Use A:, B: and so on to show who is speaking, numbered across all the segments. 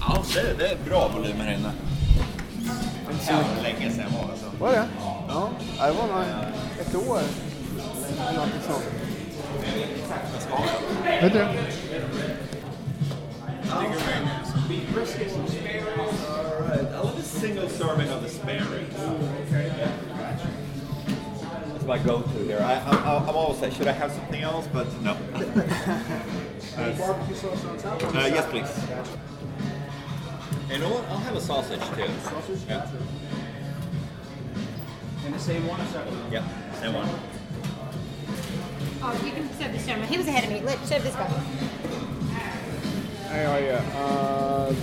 A: Ja, det, det är bra volymer här inne. Hur länge sedan var alltså.
B: Var det? Ja. ja det var nog ett år. Eller någonting sånt. Vet du det?
A: Alright, I love a single serving of the spare ribs. That's my go-to here. I, I, I- I'm always like, should I have something else? But no.
C: Barbecue sauce on top?
A: Uh, yes, please. You know what? I'll have a sausage too. Sausage? Yeah.
C: And the same one, so.
A: Yeah. Same one.
D: Oh, you can serve this gentleman. He was ahead of me. Let's serve this guy.
B: Hey, how are you? Uh,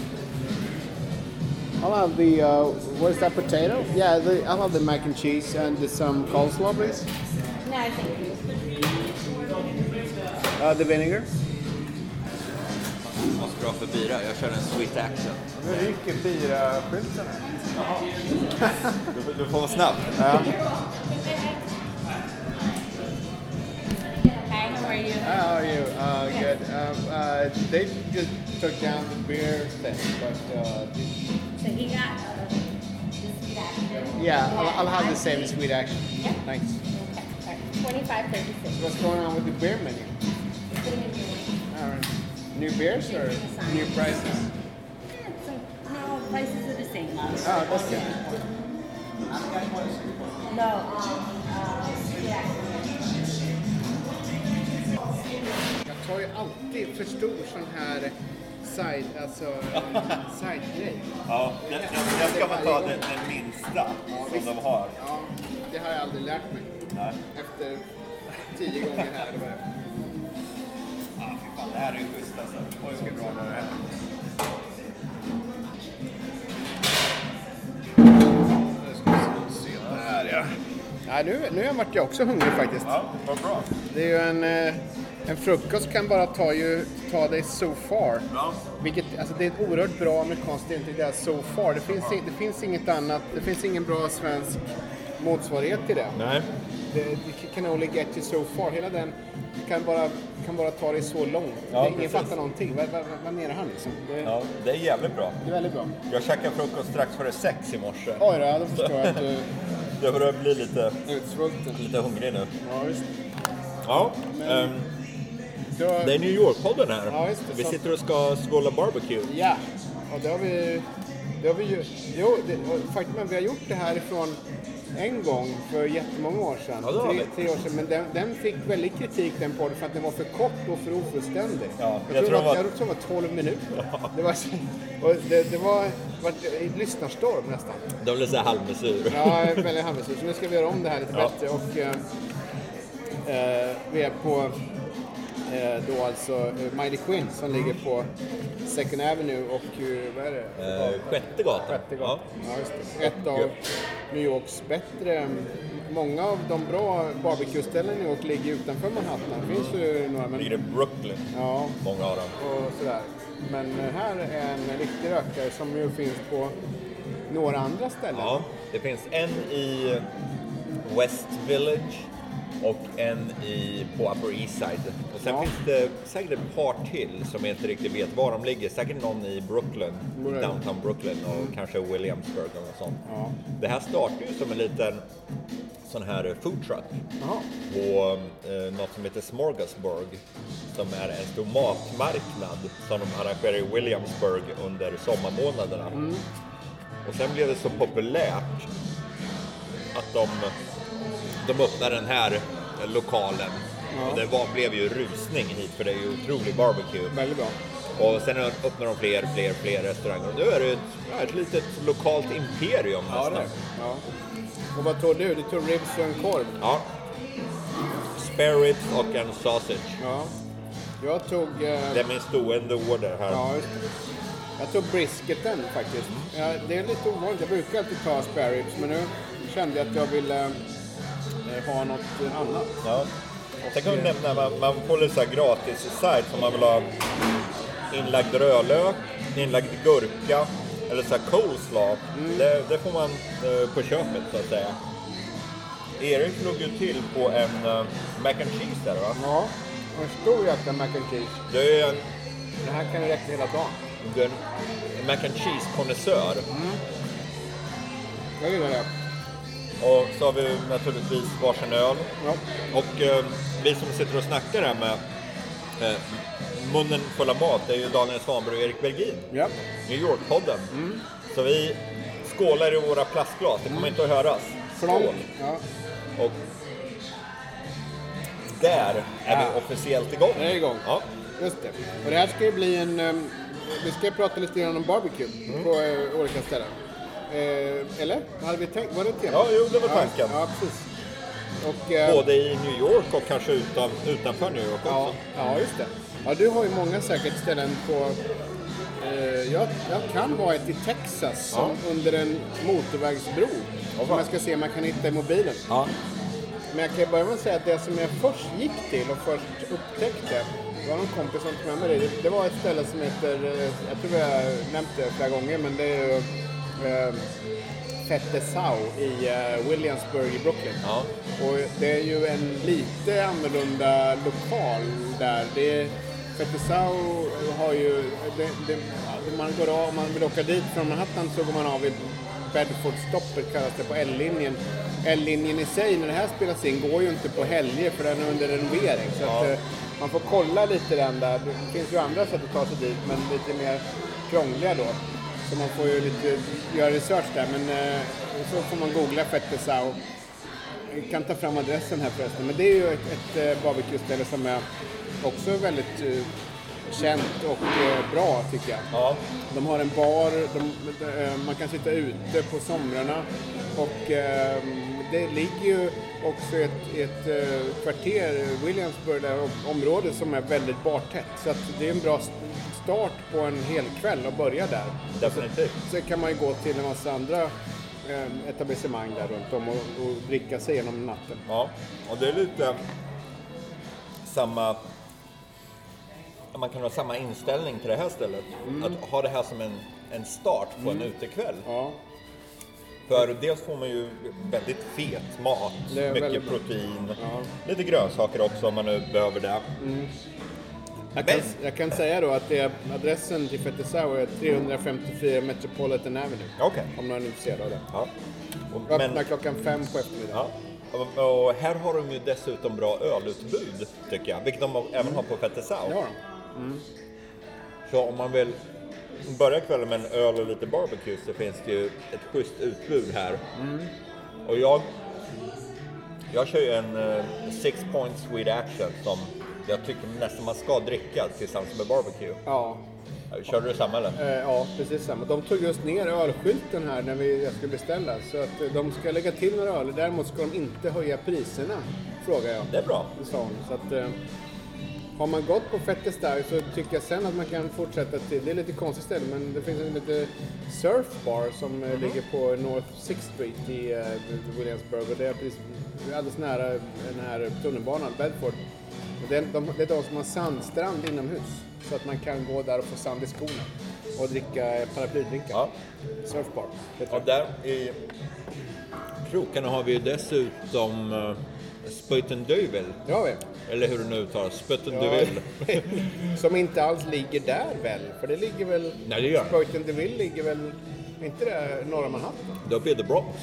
B: I'll have the, uh, what is that, potato? Yeah, the, I'll have the mac and cheese and just some coleslaw, please.
D: No, thank you.
B: Uh, the vinegar.
A: Måste dra för bira. Jag kör en sweet action.
B: Nu rycker biraskylten
A: Du, får- du får vara snabb.
D: Hi, how are you?
B: How are you? Uh, good. Um, uh, they just took down the beer thing, but uh,
D: So he got uh, this guy.
B: yeah, I'll, I'll have the same sweet action.
D: Yeah.
B: Thanks.
D: Okay. All right. 25, 36.
B: What's going on with the beer menu?
D: Put him in your way.
B: All right. New beers or new prices?
D: Yeah, it's like- No, prices are the same. love.
B: Oh, that's good.
D: No, um, uh, yeah.
B: Jag tar ju alltid för stor sån här side, alltså side-grej.
A: Ja, den, den, den ska man ta den, den minsta som de har.
B: Ja, det har jag aldrig lärt mig.
A: Nej.
B: Efter tio gånger här. eller vad det är.
A: Ah, fy fan, det här är ju schysst alltså. Oj, vad bra det här är. Nu ska vi se det här, ja.
B: Ja, nu, nu vart jag också hungrig faktiskt.
A: Ja, vad bra.
B: Det är ju en, eh, en frukost kan bara ta, ju, ta dig so far.
A: Ja.
B: Vilket, alltså det är ett oerhört bra amerikanskt intryck det här so far. Det finns, i- det finns inget annat, det finns ingen bra svensk motsvarighet till det.
A: Nej.
B: Det det can only get you so far. Hela den kan bara, kan bara ta dig så långt.
A: Ja,
B: Det- Ingen
A: precis.
B: fattar någonting. Vad, vad, vad menar han liksom? Det,
A: Ja, det är jävligt bra.
B: det är väldigt bra.
A: Jag käkade frukost strax före sex i morse.
B: Oj då, ja, då förstår jag att du
A: Jag börjar bli lite,
B: är utsvulten.
A: lite hungrig nu.
B: Ja, visst.
A: Ja,
B: Men-
A: ehm,
B: Då-
A: det är New York-podden här.
B: Ja, just det,
A: vi
B: så-
A: sitter och ska skåla barbecue.
B: Ja, och det har vi, det har vi ju... Jo, det, och faktum är att vi har gjort det här ifrån en gång för jättemånga år sedan.
A: Ja, det har
B: tre,
A: vi.
B: tre år sedan. Men den, den fick väldigt kritik den podden för att den var för kort och för ofullständig.
A: Ja,
B: jag,
A: jag
B: tror
A: tror
B: det var,
A: den var-
B: jag tror det var 12 minuter. Det var, så- och det, det var, var en lyssnarstorm nästan.
A: Det blev så här halvmesyr.
B: Ja, väldigt handelsvis. Så nu ska vi göra om det här lite
A: Ja.
B: bättre. Och, eh, eh, vi är på eh, då alltså eh, Mighty Quinn som
A: Mm.
B: ligger på Second Avenue och eh, vad är det?
A: Eh, sjätte gatan.
B: Sjätte
A: Ja.
B: gatan. Ja, just det. Ett av New Yorks bättre. Många av de bra barbecue-ställen i New York ligger utanför Manhattan. Det finns ju några,
A: Ligger i
B: men...
A: Brooklyn,
B: Ja,
A: många av dem.
B: och sådär. Men här är en riktig rökare som ju finns på några andra ställen.
A: Ja, det finns en i West Village och en i, på Upper East Side. Och sen
B: Ja.
A: finns det säkert ett par till som jag inte riktigt vet var de ligger. Säkert någon i Brooklyn,
B: Right.
A: downtown Brooklyn och kanske Williamsburg eller något sånt.
B: Mm. Ja.
A: Det här startade ju som en liten sån här food truck
B: Jaha.
A: på eh, något som heter Smorgasburg som är en stor matmarknad som de arrangerar i Williamsburg under sommarmånaderna.
B: Mm.
A: Och sen blev det så populärt att de, de öppnade den här eh, lokalen.
B: Ja.
A: Och det var, blev ju rusning hit för det är ju otrolig barbecue.
B: Väldigt bra.
A: Och sen öppnar de fler, fler, fler restauranger. Och nu är det ett, ja, ett litet lokalt imperium
B: Ja,
A: nästan.
B: det. Ja. Och vad tog du? Du tog ribs och en korv.
A: Ja. Spare ribs och en sausage.
B: Ja. Jag tog... Eh,
A: Det är min stående order här.
B: ja, just det. jag tog brisketen faktiskt. Ja, det är lite ovanligt. Jag brukar alltid ta spare ribs, men nu kände jag att jag ville eh, ha något annat.
A: Ja. Sen kan vi nämna man, man får lite så här gratis i sajt som man vill ha inlagd rödlök, inlagd gurka, eller så här coleslaw, det, det får man eh, på köpet så att säga. Erik slog ju till på en eh, mac and cheese där va?
B: Ja, och en stor jäkla mac and cheese.
A: Det är en,
B: Det här kan ju räcka hela dagen.
A: det är en mac and cheese konnässör.
B: Jag gillar det.
A: Och så har vi naturligtvis varsin öl.
B: Ja.
A: Och eh, vi som sitter och snackar här med eh, munnen full av mat, det är ju Daniel Svanberg och Erik Bergin.
B: ja.
A: New York-podden.
B: Mm.
A: Så vi skålar i våra plastglas, det kommer inte att höras. Skål!
B: Från, ja.
A: Och där är
B: Ja.
A: vi officiellt igång.
B: Det är igång.
A: Ja.
B: Just det. Och det här ska ju bli en... ehm, Vi ska prata lite grann om barbecue
A: Mm.
B: på eh, olika ställen. Eh, eller? Hade vi tänkt? Var det temat?
A: Ja, jo, det var tanken.
B: Ja, ja precis. Och, eh,
A: Både i New York och kanske utan, utanför New York också.
B: Ja, ja, just det. Ja, du har ju många säkert ställen på... Eh, jag, jag kan ha ett i Texas som under en motorvägsbro. som
A: fan.
B: jag ska se om man kan hitta i mobilen.
A: Ja.
B: Men jag kan ju börja med att säga att det som jag först gick till och först upptäckte det var någon kompis som tog med mig det. Det var ett ställe som heter, eh, jag tror jag har nämnt det flera gånger, men det är ju eh, Fette Sau i eh, Williamsburg i Brooklyn.
A: Ja.
B: Och det är ju en lite annorlunda lokal där. Det är, Petisau har ju... Det, det, ja, man går av, om man vill åka dit från Manhattan så går man av vid Bedfordstoppet kallas det på L-linjen. L-linjen i sig när det här spelas in går ju inte på helger för den är under renovering. Så att,
A: Ja.
B: eh, man får kolla lite den där. Det finns ju andra sätt att ta sig dit men lite mer krångliga då. Så man får ju lite göra research där men eh, så får man googla Petisau. Vi kan ta fram adressen här förresten. Men det är ju ett, ett eh, barbecue-ställe som är också väldigt eh, känt och eh, bra tycker jag.
A: Ja.
B: De har en bar, de, de, eh, man kan sitta ute på somrarna och eh, det ligger ju också i ett, i ett eh, kvarter, Williamsburg, där om- område som är väldigt bartätt. Så att det är en bra st- start på en hel kväll och börja där.
A: Definitivt.
B: Sen kan man ju gå till en massa andra eh, etablissemang där runt om och, och dricka sig igenom natten.
A: Ja, och det är lite samma... Man kan ha samma inställning till det här stället.
B: Mm.
A: Att ha det här som en, en start på en utekväll.
B: Ja,
A: För dels får man ju väldigt fet mat,
B: Det är
A: mycket
B: väldigt bra.
A: protein,
B: Ja. Mm.
A: lite grönsaker också om man nu behöver det.
B: jag, kan,
A: Men
B: jag kan säga då att det är, adressen till Fetisau är 354 Metropolitan Avenue.
A: Okej.
B: Om någon är intresserad av det.
A: Ja. Och,
B: Öppnar
A: men,
B: klockan fem på eftermiddagen.
A: ja. och, och här har de ju dessutom bra ölutbud, tycker jag. Vilket de även har på Petisau.
B: Det har de.
A: Så om man vill börja kvällen med en öl och lite barbecue så finns det ju ett schysst utbud här. Och jag, jag kör ju en eh, Six Point Sweet Action som jag tycker nästan man ska dricka tillsammans med barbecue.
B: Ja,
A: Körde du samma eller?
B: eh, ja, precis samma. De tog just ner ölskylten här när vi, jag skulle beställa. Så att eh, de ska lägga till några öl. Däremot ska de inte höja priserna, frågar jag.
A: Det är bra.
B: Det sa hon. Så att, eh, har man gått på Fette Stark så tycker jag sen att man kan fortsätta till, det är lite konstigt ställe, men det finns en lite surfbar som
A: Mm-hmm.
B: eh, ligger på North 6th Street i eh, Williamsburg och det är precis, alldeles nära den här tunnelbanan, Bedford. Och Det är de, det är de som har sandstrand inomhus så att man kan gå där och få sand i skorna och dricka eh, paraplydrinkar.
A: Ja.
B: Surfbar. heter
A: Och
B: det.
A: där i krokarna har vi ju dessutom uh, Spöjtendövel.
B: Det har vi.
A: Eller hur det nu uttalas, Spöjtendövel.
B: Ja. som inte alls ligger där väl? För det ligger väl...
A: Nej, det gör det.
B: Burton DeVille ligger väl... inte det norra Manhattan?
A: Det är uppe i The Bronx.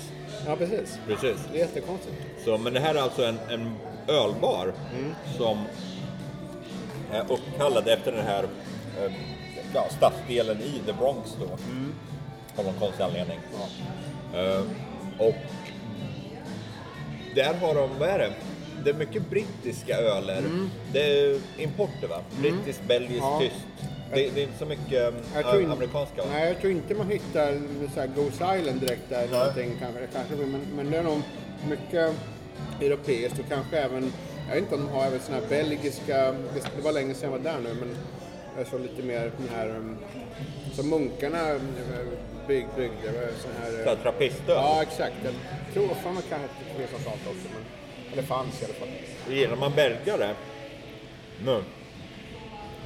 B: Ja, precis.
A: Precis.
B: Det är jättekonstigt.
A: Så, men det här är alltså en, en ölbar
B: Mm.
A: som är uppkallad efter den här eh, ja, stadsdelen i The Bronx då.
B: Mm.
A: Av någon konstig anledning. Eh, och där har de, vad är det? Det är mycket brittiska öler. Det är importer va? Brittiskt, belgiskt,
B: Mm. Ja.
A: tyskt. Det, det är inte så mycket
B: Jag
A: äh,
B: in-
A: amerikanska. va?
B: Nej, jag tror inte man hittar så här Goose Island direkt där.
A: Nej.
B: Någonting, kanske, det kanske, men, men det är nog mycket europeiskt och kanske även... Jag vet inte om de har även såna här belgiska... Det, det var länge sedan jag var där nu, men jag såg lite mer den här... um, Som munkarna eh, bygg, byggde. vad är det, Sån här... eh,
A: Så här Trappistöl.
B: Ja, exakt. Jag tror fan man kan hette det som sånt också. Men, eller fanns i alla fall.
A: Gillar man belgare? Nu.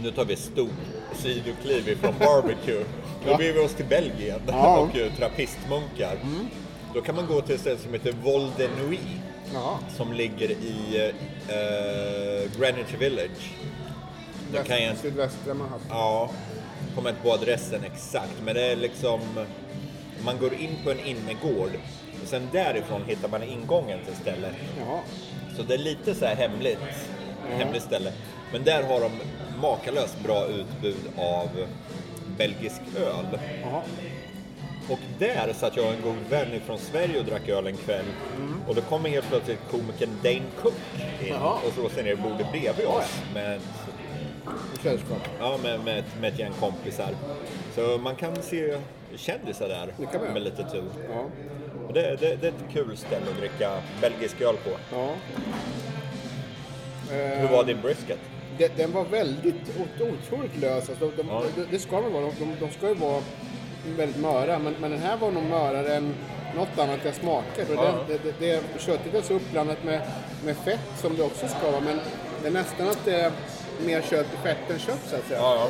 A: Nu tar vi ett stort sidokliv ifrån barbecue. Då beger vi oss till Belgien
B: Ja.
A: och eh, trappistmunkar. Då kan man gå till ett ställe som heter Vol de Nuit
B: Ja.
A: som ligger i eh, Greenwich Village. Det kan jag inte...
B: Sydvästra Manhattan.
A: Ja, kommer inte på adressen exakt, men det är liksom... Man går in på en innergård och sen därifrån hittar man ingången till stället.
B: Ja.
A: Så det är lite så här hemligt, hemligt ställe. Men där har de makalöst bra utbud av belgisk öl.
B: Jaha.
A: Och där satt jag och en god vän från Sverige och drack öl en kväll. Och då kommer helt plötsligt komikern Dane Cook in
B: Mm. Jaha.
A: och slår sig ner i bordet bredvid oss med,
B: I Sällskap.
A: ja, med, med, ett- med ett gäng kompisar. Så man kan se kändisar där
B: Det kan man göra.
A: med lite tur.
B: Ja.
A: Och Det, det, det är ett kul ställe att dricka belgisk öl på.
B: Ja. Eh,
A: Hur var din brisket?
B: det- Den var väldigt o- otroligt lös. Alltså, de, de,
A: Ja.
B: det- Det ska de vara. De, de, de ska ju vara väldigt möra. Men, men den här var nog mörare än något annat jag smakat. Och
A: Ja.
B: det, det, det, det köttet är så uppblandat med, med fett som det också ska vara. Men det är nästan att det är mer kött i fett än kött så att säga.
A: Ja,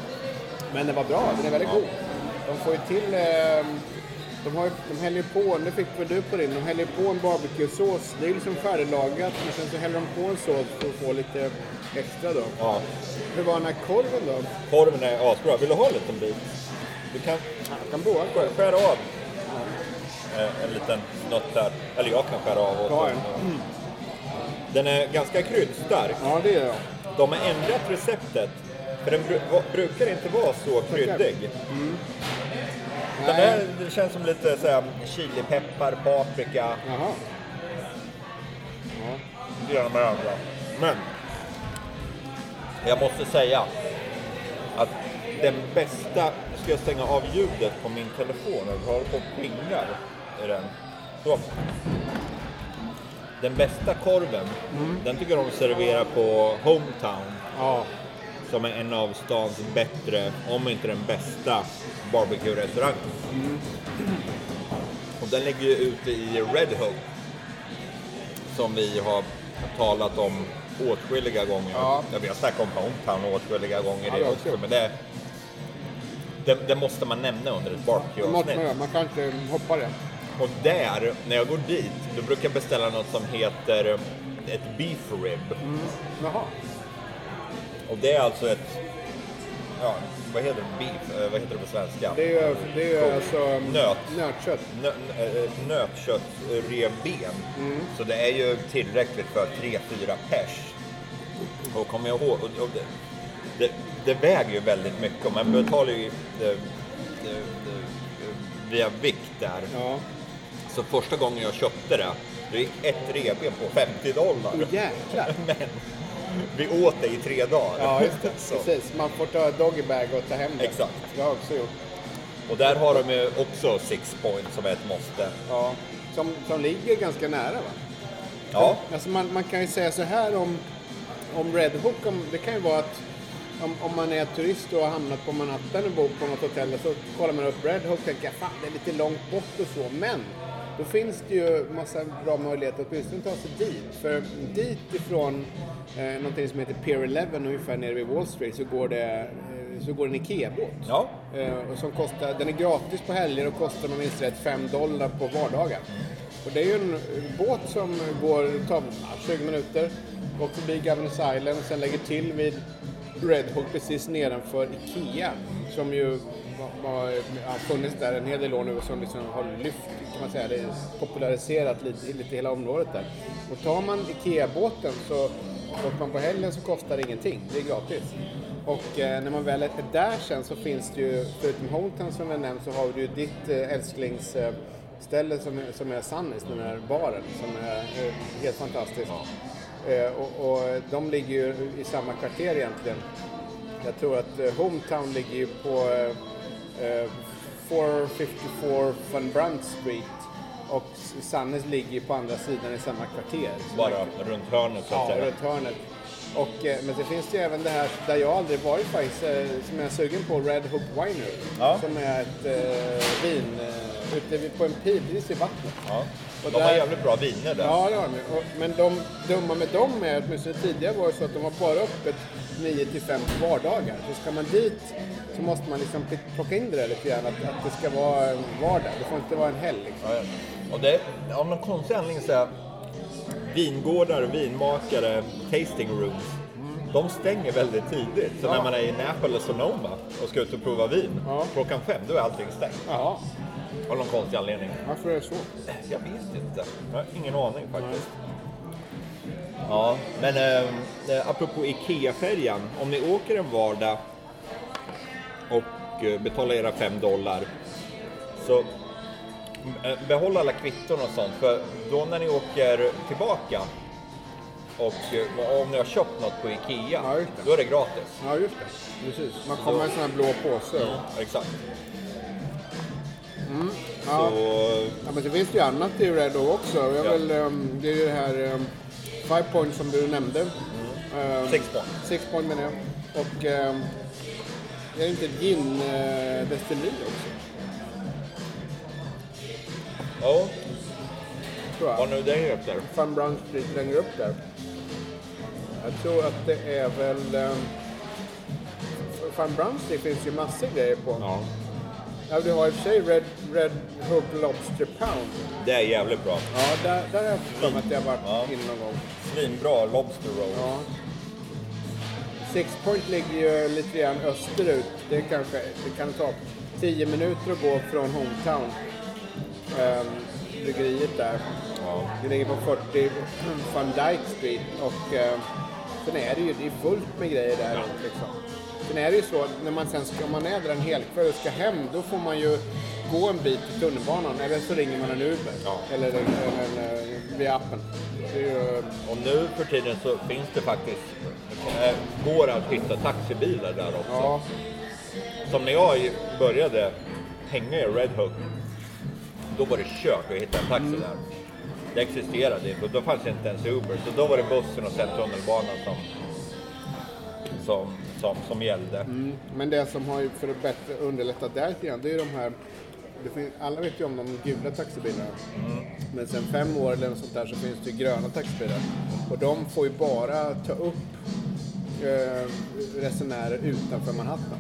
B: Men den var bra, den är väldigt god. De får ju till... Eh, de, har, ju- de häller ju på, nu fick väl du på din, de häller ju på en barbecuesås. Det är ju liksom färdiglagat, men sen så häller de på en sås för att få lite extra då.
A: ja.
B: Hur var den här korven då?
A: Korven är asbra. Vill du ha en liten bit? Du kan
B: Jag kan boa korv.
A: skär, skära av eh, en liten snutt där. Eller jag kan skära av
B: Ja,
A: också.
B: ja.
A: Den är ganska kryddstark.
B: Ja, det gör jag.
A: De har ändrat receptet. För den bru- va- brukar inte vara så kryddig. Den här det känns som lite så här, chilipeppar, paprika.
B: Jaha.
A: Det gör de här andra. Men jag måste säga att den bästa... Nu ska jag stänga av ljudet på min telefon. Jag håller på och pingar i den. Så. Den bästa korven, den tycker jag de serverar på Hometown.
B: Ja.
A: Som är en av stans bättre, om inte den bästa, barbecue-restaurangen.
B: Mm.
A: Och den ligger ju ute i Red Hook. Som vi har talat om åtskilliga gånger.
B: Ja.
A: vi har snackat om Hometown åtskilliga gånger
B: Ja, det
A: det
B: har vi
A: också.
B: gjort.
A: Men det, det, det måste man nämna under ett
B: Det måste man
A: barbecue-avsnitt.
B: göra, man kan inte hoppa det.
A: Och där, när jag går dit, då brukar jag beställa något som heter ett beef rib.
B: Mm. Jaha.
A: Och det är alltså ett... Ja, vad heter det? Beef? Eh, Vad heter det på svenska?
B: Det är ju det är ju alltså...
A: Nöt.
B: Nötkött.
A: Nö, nö- eh, nötköttrevben.
B: Mm.
A: Så det är ju tillräckligt för 3-4 pers. Och kommer jag ihåg, och, och det, det, det väger ju väldigt mycket och
B: Mm.
A: man betalar ju det, det, det, via vikt där.
B: Ja.
A: Så första gången jag köpte det, det gick ett revben på 50 dollar.
B: Åh jäklar.
A: Men vi åt det i tre dagar.
B: Ja, just det.
A: Så.
B: Precis. Man får ta doggybag och ta hem det.
A: Exakt.
B: Det har jag också gjort.
A: Och där har de ju också Six Point som är ett måste.
B: Ja. Som, som ligger ganska nära va?
A: Ja,
B: Alltså man, man kan ju säga så här om, om Red Hook. Om, det kan ju vara att om, om man är turist och har hamnat på Manhattan och bor på något hotell så kollar man upp Red Hook och tänker fan det är lite långt bort och så. Men då finns det ju massa bra möjligheter att åtminstone ta sig dit. För dit ifrån eh, någonting som heter Pier 11 ungefär nere vid Wall Street så går det, eh, så går det en IKEA-båt.
A: ja.
B: Eh, och som kostar, den är gratis på helger och kostar om jag minns rätt 5 dollar på vardagar. Och det är ju en eh, båt som går, tar ja, 20 minuter, går förbi Governors Island och sen lägger till vid Red Hook precis nedanför IKEA som ju har har funnits där en hel del år nu och som liksom har lyft, kan man säga, det är populariserat lite, lite hela området där. Och tar man IKEA-båten så åker man på helgen så kostar det ingenting, det är gratis. Och eh, när man väl är där sen så finns det ju, förutom Hometown som jag nämnt, så har du ju ditt eh, älsklingsställe eh, ställe som, är- som är Sunnies, den här baren, som är eh, helt fantastisk. Eh, och, och de ligger ju i samma kvarter egentligen. Jag tror att eh, Hometown ligger ju på eh, eh, 454 Van Brandt Street och Sunnies ligger ju på andra sidan i samma kvarter. Så
A: Bara runt hörnet så att
B: Ja,
A: säga.
B: runt hörnet. Och, eh, men det finns ju även det här där jag aldrig varit faktiskt, eh, som jag är sugen på, Red Hook Winery.
A: Ja.
B: Som är ett eh, vin eh, ute vid- på en pir precis i vattnet.
A: Ja.
B: Och
A: De har
B: där-
A: jävligt bra viner där.
B: Ja, det har de Och- Men de dumma med dem är, åtminstone tidigare var det så att de var bara öppet 9 till 5 på vardagar. Så ska man dit så måste man liksom pl- plocka in det där lite grann, att, att det ska vara en vardag. Det får inte vara en helg. Liksom.
A: Ja, ja. Och det, av någon konstig anledning så här, vingårdar, vinmakare, tasting rooms,
B: Mm.
A: de stänger väldigt tidigt. Så när man är i Napa eller Sonoma och ska ut och prova vin,
B: Ja.
A: klockan fem, då är allting stängt.
B: Jaha,
A: Av någon konstig anledning.
B: varför är det så?
A: Jag vet inte. Jag har ingen aning faktiskt. Ja, men eh, eh, apropå IKEA-färjan. Om ni åker en vardag och eh, betalar era 5 dollar så eh, behåll alla kvitton och sånt. För då när ni åker tillbaka och eh, om ni har köpt något på IKEA,
B: Ja, just det.
A: då är det gratis.
B: Ja, just det. Precis. Man kommer i en sån här blå påse.
A: Exakt.
B: Ja.
A: Så
B: Ja, men det finns ju annat i Red Dog också. Jag
A: Ja.
B: vill, ehm, det är ju det här um, Five Point som du nämnde. Ehm,
A: Mm. Six Point.
B: Six Point menar jag. Och ehm, det är ju inte ett gin-destilleri också,
A: ja,
B: tror jag.
A: vad nu det heter.
B: Van Brown Street längre upp där. Jag tror att det är väl... ehm, Van Brown Street finns ju massor grejer på.
A: Ja.
B: Ja, du har i och för sig Red, Red Hook Lobster Pound.
A: Det är jävligt bra.
B: Ja, där, där har jag för mig att jag har varit
A: Ja.
B: inne någon gång.
A: Svinbra Lobster Roll.
B: Ja. Six Point ligger ju lite grann österut. Det, kanske, det kan ta 10 minuter att gå från Hometown, ehm, bryggeriet där.
A: Ja.
B: Det ligger på 40 Van Dyke Street och ehm, sen är det ju det är fullt med grejer där. Liksom. Sen är det ju så att när man sen ska, om man är där en hel kväll och ska hem då får man ju gå en bit till tunnelbanan eller så ringer man en Uber
A: Ja.
B: eller, eller, eller via appen. Det är ju,
A: Och nu för tiden så finns det faktiskt, eh, går att hitta taxibilar där också.
B: ja.
A: Som när jag började hänga i Red Hook, då var det kört att hitta en taxi
B: Mm.
A: där. Det existerade inte och då fanns det inte ens Uber, så då var det bussen och sen tunnelbanan som, som, som, som gällde.
B: Mm, Men det som har ju för att bättre underlättat där lite grann, det är ju de här det finns, alla vet ju om de gula taxibilarna. Men sen fem år eller något sånt där så finns det ju gröna taxibilar. Och de får ju bara ta upp eh, resenärer utanför Manhattan.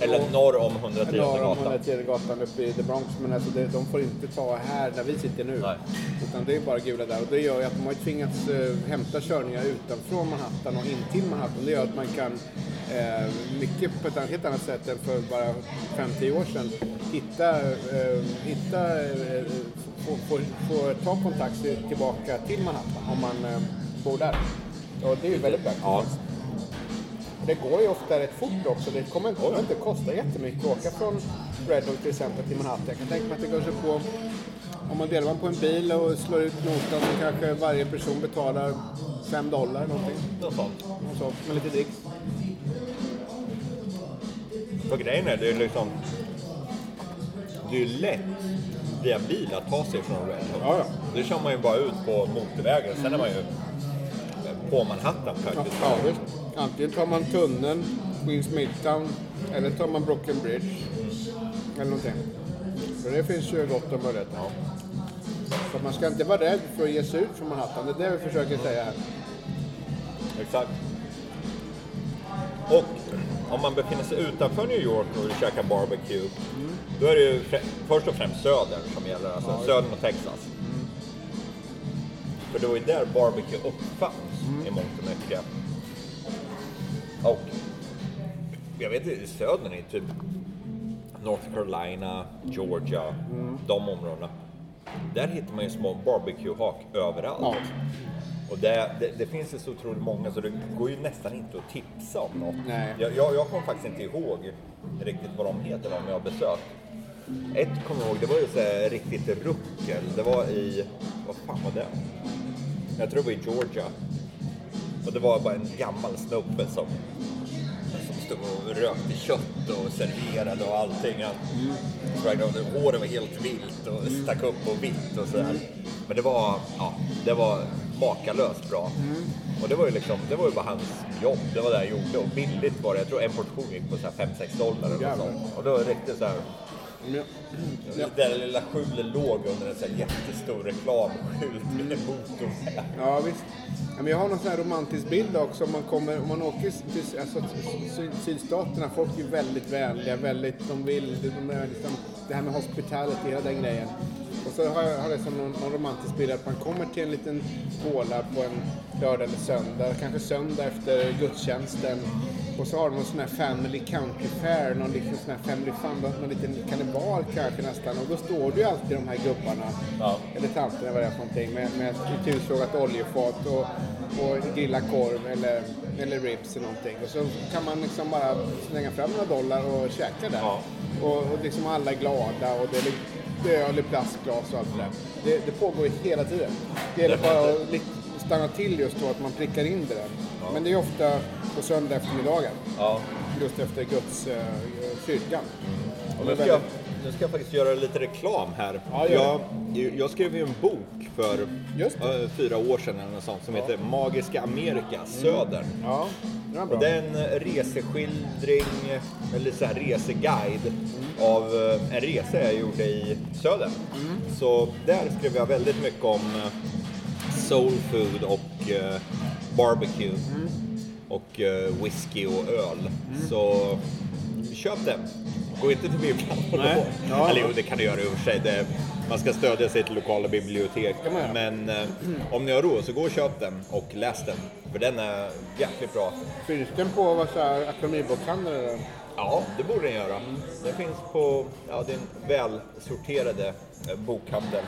A: Eller norr om 103
B: Norr om
A: gatan.
B: 103 gatan uppe i The Bronx. Men alltså det, de får inte ta här där vi sitter nu.
A: Nej.
B: Utan det är bara gula där. Och det gör ju att de har ju tvingats eh, hämta körningar utanför Manhattan och in till Manhattan. Det gör att man kan eh, mycket på ett annat- helt annat sätt än för bara 5-10 år sedan hitta, eh, hitta eh, få, få, få ta på en taxi tillbaka till Manhattan om man eh, bor där. Och det är ju väldigt bra.
A: Ja.
B: Det går ju ofta rätt fort också. Det kommer inte, kommer inte kosta jättemycket att åka från Red Hook till exempel till Manhattan. Jag kan tänka mig att det kanske på... Om man delar man på en bil och slår ut notan så kanske varje person betalar 5 dollar någonting.
A: Något sånt.
B: Och så, med lite dricks.
A: För grejen är, det är liksom... Det är lätt via bil att ta sig från Red Hook.
B: Ja, ja.
A: Det kör man ju bara ut på motorvägen. Sen är man ju på Manhattan
B: Ja,
A: faktiskt.
B: ja, visst. Antingen tar man tunneln, Queens Midtown, eller tar man Brooklyn Bridge. Eller någonting. För det finns ju gott om möjligheter. Så att man ska inte vara rädd för att ge sig ut från Manhattan. Det är det vi försöker säga här.
A: Exakt. Och om man befinner sig utanför New York och vill käka barbecue, då är det ju frä- först och främst södern som gäller. Alltså södern och Texas. För det var ju där barbecue uppfanns i mångt och mycket. Och jag vet inte, södern är typ North Carolina, Georgia, de områdena. Där hittar man ju små barbecue-hak överallt.
B: Ja.
A: Och det, det, det finns ju så otroligt många så det går ju nästan inte att tipsa om något.
B: Nej.
A: Jag, jag, jag kommer faktiskt inte ihåg riktigt vad de heter, de jag har besökt. Ett kommer jag ihåg, det var ju så här riktigt ruckel. Det var i, vad fan var det? Jag tror det var i Georgia. Och det var bara en gammal snubbe som, som stod och rökte kött och serverade och allting. Han, mm. Håret var helt vilt och stack upp och vitt och sådär. Men det var, ja, det var makalöst bra. Och det var ju liksom, det var ju bara hans jobb. Det var det jag gjorde och billigt var det. Jag tror en portion gick på så här 5-6 dollar eller
B: Jävlar.
A: något sånt. Och det var riktigt så här
B: Ja.
A: Det där lilla skjulet låg under en sån här jättestor reklamskylt med en motorväg.
B: Ja, visst. Ja, men jag har någon sån här romantisk bild också. Om man, kommer, om man åker till alltså, till syd, sydstaterna, folk är väldigt vänliga, väldigt, de vill, de är liksom, det här med hospitality, hela den grejen. Och så har jag, har jag som någon, någon romantisk bild att man kommer till en liten påla på en lördag eller söndag, kanske söndag efter gudstjänsten. Och så har de någon sån här family county fair, någon liksom sån här family fun, någon liten kannibal kanske nästan. Och då står det ju alltid de här gubbarna
A: Ja.
B: eller tanterna vad det är för någonting med, med ett kusågat oljefat och, och grilla korv eller, eller ribs eller någonting. Och så kan man liksom bara slänga fram några dollar och käka där.
A: Ja.
B: Och, och liksom alla är glada och det är lite öl i plastglas och allt det där. Det, det pågår ju hela tiden. Det gäller bara att li- stanna till just då att man prickar in det där. Men det är ofta på söndag eftermiddagen.
A: Ja.
B: Just efter Guds eh, kyrkan.
A: Och
B: Det är
A: nu, ska jag,
B: väldigt-
A: nu ska jag faktiskt göra lite reklam här.
B: Ja, gör
A: jag, jag skrev ju en bok för
B: Just det. Mm.
A: eh, fyra år sedan eller något sånt som heter Magiska Amerika, Södern.
B: Ja, det var bra.
A: Och det är en eh, reseskildring, eller så här reseguide av eh, en resa jag gjorde i södern.
B: Mm.
A: Så där skrev jag väldigt mycket om eh, soul food och eh, barbecue
B: Mm.
A: och eh, whisky och öl. Så köp den! Gå inte till
B: Nej.
A: biografen.
B: Ja.
A: Eller jo, det kan du göra i och för sig. Det, man ska stödja sitt lokala bibliotek.
B: kan man göra. Mm.
A: Men eh, om ni har råd så gå och köp den och läs den. För den är jäkligt bra.
B: Finns den på vad så här, akademibokhandeln eller?
A: Ja, det borde den göra. Den finns på ja, den välsorterade eh, bokhandeln.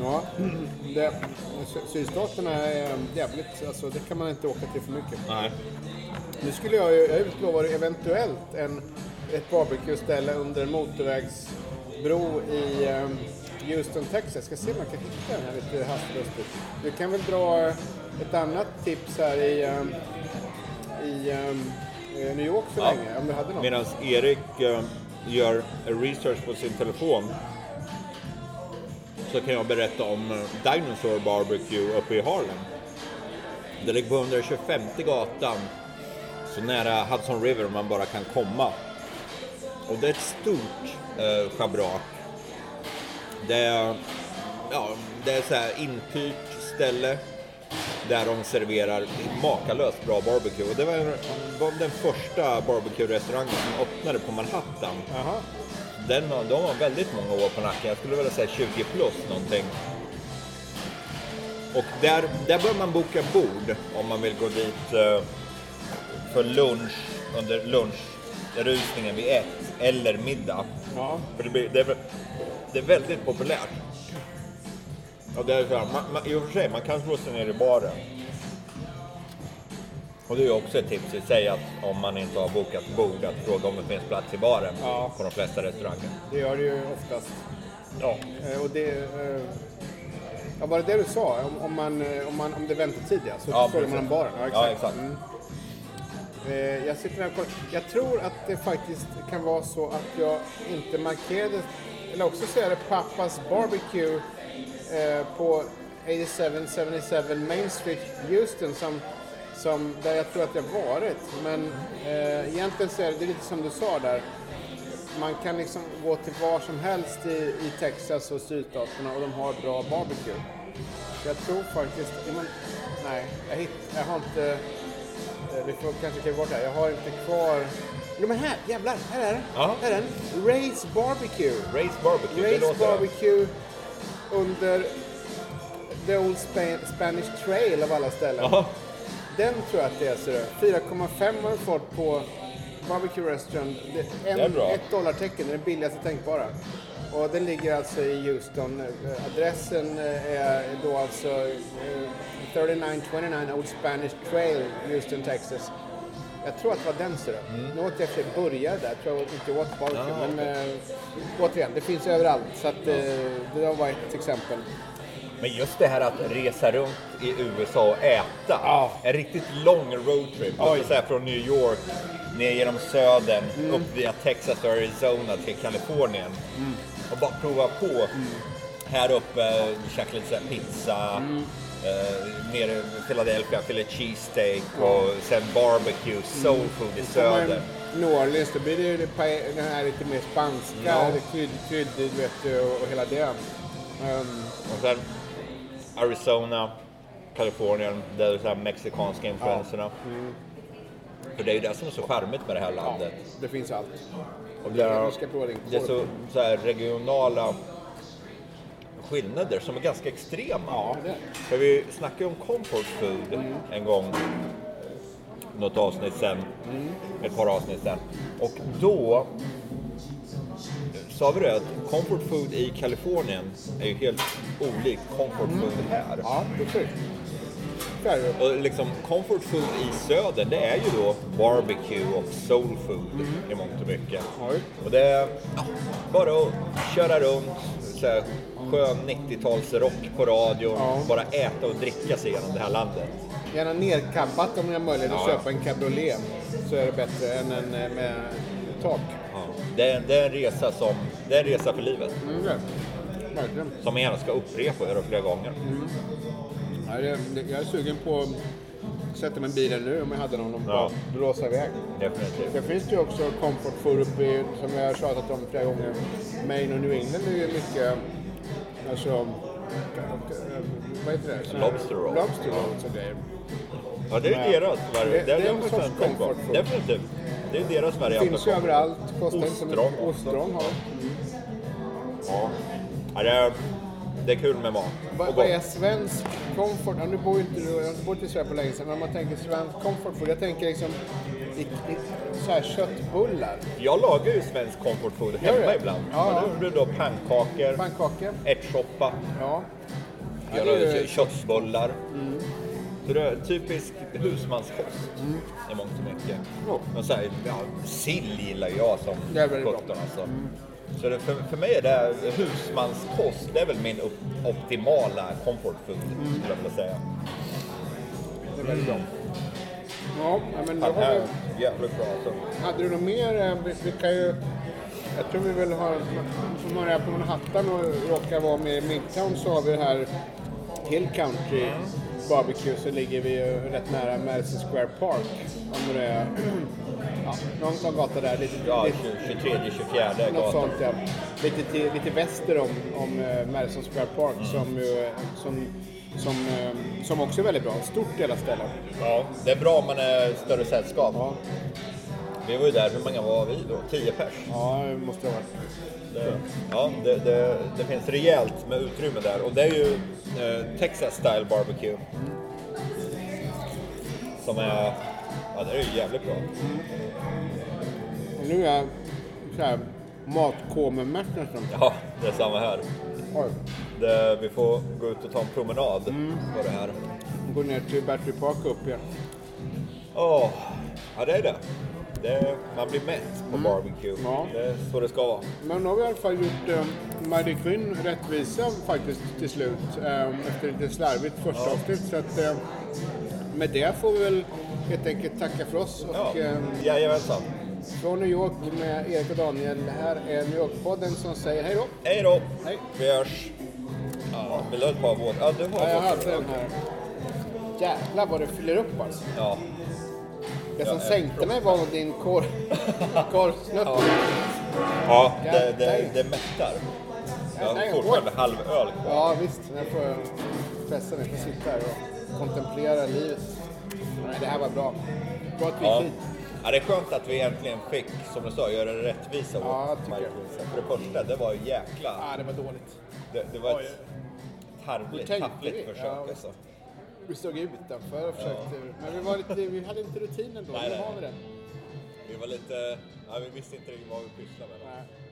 B: Ja,
A: Mm.
B: det, sy- sydstaterna är jävligt, alltså det kan man inte åka till för mycket.
A: Nej.
B: Nu skulle jag ju, jag utlovar eventuellt en, ett barbecue-ställe under en motorvägsbro i ehm, Houston, Texas. Jag ska se om jag kan hitta den här lite hastigt Du kan väl dra ett annat tips här i, ehm, i ehm, eh, New York så
A: Ja.
B: länge, om du hade något.
A: Medan Erik eh, gör research på sin telefon så kan jag berätta om eh, Dinosaur Barbecue uppe i Harlem. Det ligger på 125 gatan, så nära Hudson River man bara kan komma. Och det är ett stort eh, schabrak. Det är, ja, det är så här inpyrt ställe där de serverar makalöst bra barbecue. Och det var, var den första barbecue-restaurangen som öppnade på Manhattan.
B: Jaha.
A: Den, har- de har väldigt många år på nacken. Jag skulle vilja säga 20 plus någonting. Och där, där bör man boka bord om man vill gå dit eh, för lunch under lunchrusningen vid ett eller middag.
B: Ja.
A: För det, blir, det, är, det är väldigt populärt. Och det är så här, man, man, I och för sig, man kan slå sig ner i baren. Och det är ju också ett tips i sig att om man inte har bokat bord att fråga om det finns plats i baren
B: Ja.
A: på de flesta restauranger.
B: Det gör det ju oftast.
A: Ja.
B: Eh, Och det, eh, ja, var det det du sa? Om, om, man, eh, om, man, om det är väntetid ja, så
A: Ja,
B: frågar man
A: precis.
B: om baren.
A: Ja, exakt.
B: Mm. Eh, Jag, sitter här och kollar. jag tror att det faktiskt kan vara så att jag inte markerade, eller också så är det Pappas Barbecue eh, på 8777 Main Street, Houston, som, som, där jag tror att jag varit. Men eh, egentligen så är det, det är lite som du sa där, man kan liksom gå till var som helst i, i Texas och sydstaterna och de har bra barbecue. Jag tror faktiskt... ja, Men, nej, jag, hitt, jag har inte... eh, Vi får kanske kliva bort det här. Jag har inte kvar... Jo men här, jävlar! Här är den!
A: Ja.
B: Här är den! Rays Barbecue!
A: Race Barbecue, det
B: Rays
A: låter...
B: Barbecue under The Old Spa- Spanish Trail av alla ställen.
A: Ja.
B: Den tror jag att det är. ser du. 4,5 har den fått på Barbecue Restaurant. Det är
A: Det är
B: en,
A: bra.
B: ett dollartecken, det är det billigaste tänkbara. Och den ligger alltså i Houston. Eh, Adressen eh, är då alltså eh, 3929 Old Spanish Trail, Houston, Texas. Jag tror att det var den ser du. Nu åt jag i och för sig burgare där, tror jag inte åt barbecue.
A: Ah,
B: men eh, återigen, det finns överallt. Så att, eh, det var ett exempel.
A: Men just det här att resa runt i USA och äta.
B: Ja.
A: En riktigt lång roadtrip.
B: Oj. Mm.
A: Alltså så här från New York ner genom södern, upp via Texas och Arizona till Kalifornien. Och bara prova på.
B: Mm.
A: Här uppe, käka lite så här pizza.
B: Mm.
A: eh, nere i Philadelphia, Philly cheesesteak och sen barbecue, soul food i
B: Får man-
A: söder.
B: New Orleans, då blir det ju det pa- den här lite mer spanska,
A: Ja.
B: det krydd, krydd, du vet du, och, och hela det. Ehm,
A: Och sen Arizona, Kalifornien, där de här mexikanska influenserna. För det är ju det som är så charmigt med det här
B: ja,
A: landet.
B: det finns allt.
A: Och det, är,
B: Jag ska prova din
A: det är
B: korv.
A: så, så här regionala skillnader som är ganska extrema.
B: Ja, det. Mm.
A: För vi snackade ju om comfort food en gång, något avsnitt sen,
B: Mm.
A: ett par avsnitt sen. Och då sa vi det att comfort food i Kalifornien är ju helt olikt comfort food här.
B: Mm. Ja, precis. Så är det ju.
A: Och liksom comfort food i söder det är ju då barbecue och soul food
B: Mm.
A: i mångt och mycket.
B: Oj.
A: Och det är ja, bara att köra runt, så här, skön 90-talsrock på radion,
B: Ja.
A: bara äta och dricka sig igenom det här landet.
B: Gärna nerkabbat om ni har möjlighet att
A: Ja, ja.
B: köpa en cabriolet. Så är det bättre än en eh, med tak.
A: Ja. Det, är, det, är en resa som, det är en resa för livet
B: Mm, det. Verkligen.
A: som jag gärna ska upprepa över flera gånger.
B: Ja, det, det, jag är sugen på att sätta mig i bilen nu om jag hade någon och
A: Ja.
B: ja. blåsa iväg.
A: Definitivt.
B: Det finns ju också comfort food uppe i, som jag har tjatat om flera gånger. Maine och New England är ju mycket, alltså, vad heter det? Såna här-
A: Lobster roll.
B: Lobster rolls och grejer.
A: Ja, det är ju
B: Ja.
A: deras Sverige.
B: Det-
A: Det,
B: det är en
A: måste
B: sorts
A: jag tänka på.
B: comfort food.
A: Definitivt. Det är deras Sverige.
B: Finns ju överallt, kostar inte så mycket.
A: Ostron också.
B: Ostron har
A: Ja. Ja, det, är, det är kul med mat.
B: Vad,
A: Och
B: vad
A: gott.
B: är svensk comfort? Ja, nu bor ju inte du, jag har inte bott i Sverige på länge sedan, men om man tänker svensk comfort food, jag tänker liksom i, i, så här köttbullar,
A: Jag lagar ju svensk comfort food
B: Gör du
A: hemma
B: det?
A: ibland.
B: Ja,
A: Ja,
B: ja.
A: Det är då pannkakor,
B: pannkakor.
A: ärtsoppa,
B: Ja. Ja,
A: jag
B: det är ju- Mm.
A: lagar kö- köttbullar. Så det är typisk husmanskost i mångt och mycket.
B: Jo.
A: Och så här, ja, sill gillar jag som
B: Det är väldigt bra. Mm.
A: sjutton alltså. Så det, för, för mig är det husmanskost, det är väl min upp, optimala comfort food skulle jag vilja säga.
B: Mm. Det är väldigt bra. Ja, ja, men då
A: Det
B: har
A: här
B: vi,
A: är jävligt bra alltså.
B: hade du något mer? Eh, Vi, vi kan ju, jag tror vi vill ha, som har det här på Manhattan och råkar vara med i Midtown så har vi det här Hill Country Barbecue så ligger vi ju rätt nära Madison Square Park. Om det är ja, någon, någon gata där, lite,
A: Ja,
B: lite
A: 23-24
B: Något
A: gatan.
B: sånt ja. Lite, till, lite väster om, om eh, Madison Square Park som, ju, som, som, eh, som också är väldigt bra. Stort hela stället.
A: Ja, det är bra om man är större sällskap.
B: Ja,
A: Vi var ju där, hur många var vi då? 10 pers?
B: ja det måste det ha varit.
A: Det, ja, det, det, det finns rejält med utrymme där och det är ju eh, Texas style barbecue. Som är, ja det är ju jävligt bra.
B: Och nu är jag så här matkomemätt nästan.
A: Ja, det är samma här.
B: Oj.
A: Det, vi får gå ut och ta en promenad
B: Mm.
A: på det här.
B: Gå ner till Battery Park och upp igen.
A: Åh, ja det är det. det. Man blir mätt på barbecue.
B: Mm. Ja.
A: Det är så det ska vara.
B: Men nu har vi i alla fall gjort eh, Mary Quinn rättvisa faktiskt till slut. Eh, efter lite slarvigt första avsnitt. Så att, eh, med det får vi väl helt enkelt tacka för oss. Och,
A: Ja,
B: ehm,
A: jajamensan.
B: Från New York med Erik och Daniel. Här är New York-podden som säger hej då.
A: Hej då!
B: Hej.
A: Vi hörs. Ja, vill du ha ett par våt? Ja, du har
B: Ja, jag
A: våt.
B: hade den här. Jävlar vad det fyller upp alltså.
A: Ja.
B: Det
A: Ja,
B: som
A: en
B: sänkte mig var din korv... korvsnutt.
A: Ja, det, det,
B: Jävlar.
A: det mättar. Jag
B: Jävlar,
A: har
B: jag
A: fortfarande halv öl kvar.
B: Ja visst, jag får pressa mig. Jag får sitta här och kontemplera livet. Nej, det här var bra. Bra att vi gick
A: Ja.
B: hit.
A: Ja, det är skönt att vi äntligen fick, som du sa, göra en rättvisa
B: Ja,
A: åt
B: tycker jag.
A: Majkrosen. För det första, det var ju jäkla...
B: Ah, det var dåligt.
A: Det, det var
B: Oj.
A: ett
B: Hur
A: tarvligt,
B: tänkte vi?
A: taffligt försök
B: Ja.
A: alltså.
B: Vi stod utanför och försökte. Men vi, var lite, vi hade inte rutinen då.
A: Nej,
B: Nu
A: nej.
B: har vi den.
A: Vi var lite... Ja, vi visste inte riktigt vad vi pysslade med.
B: Nej.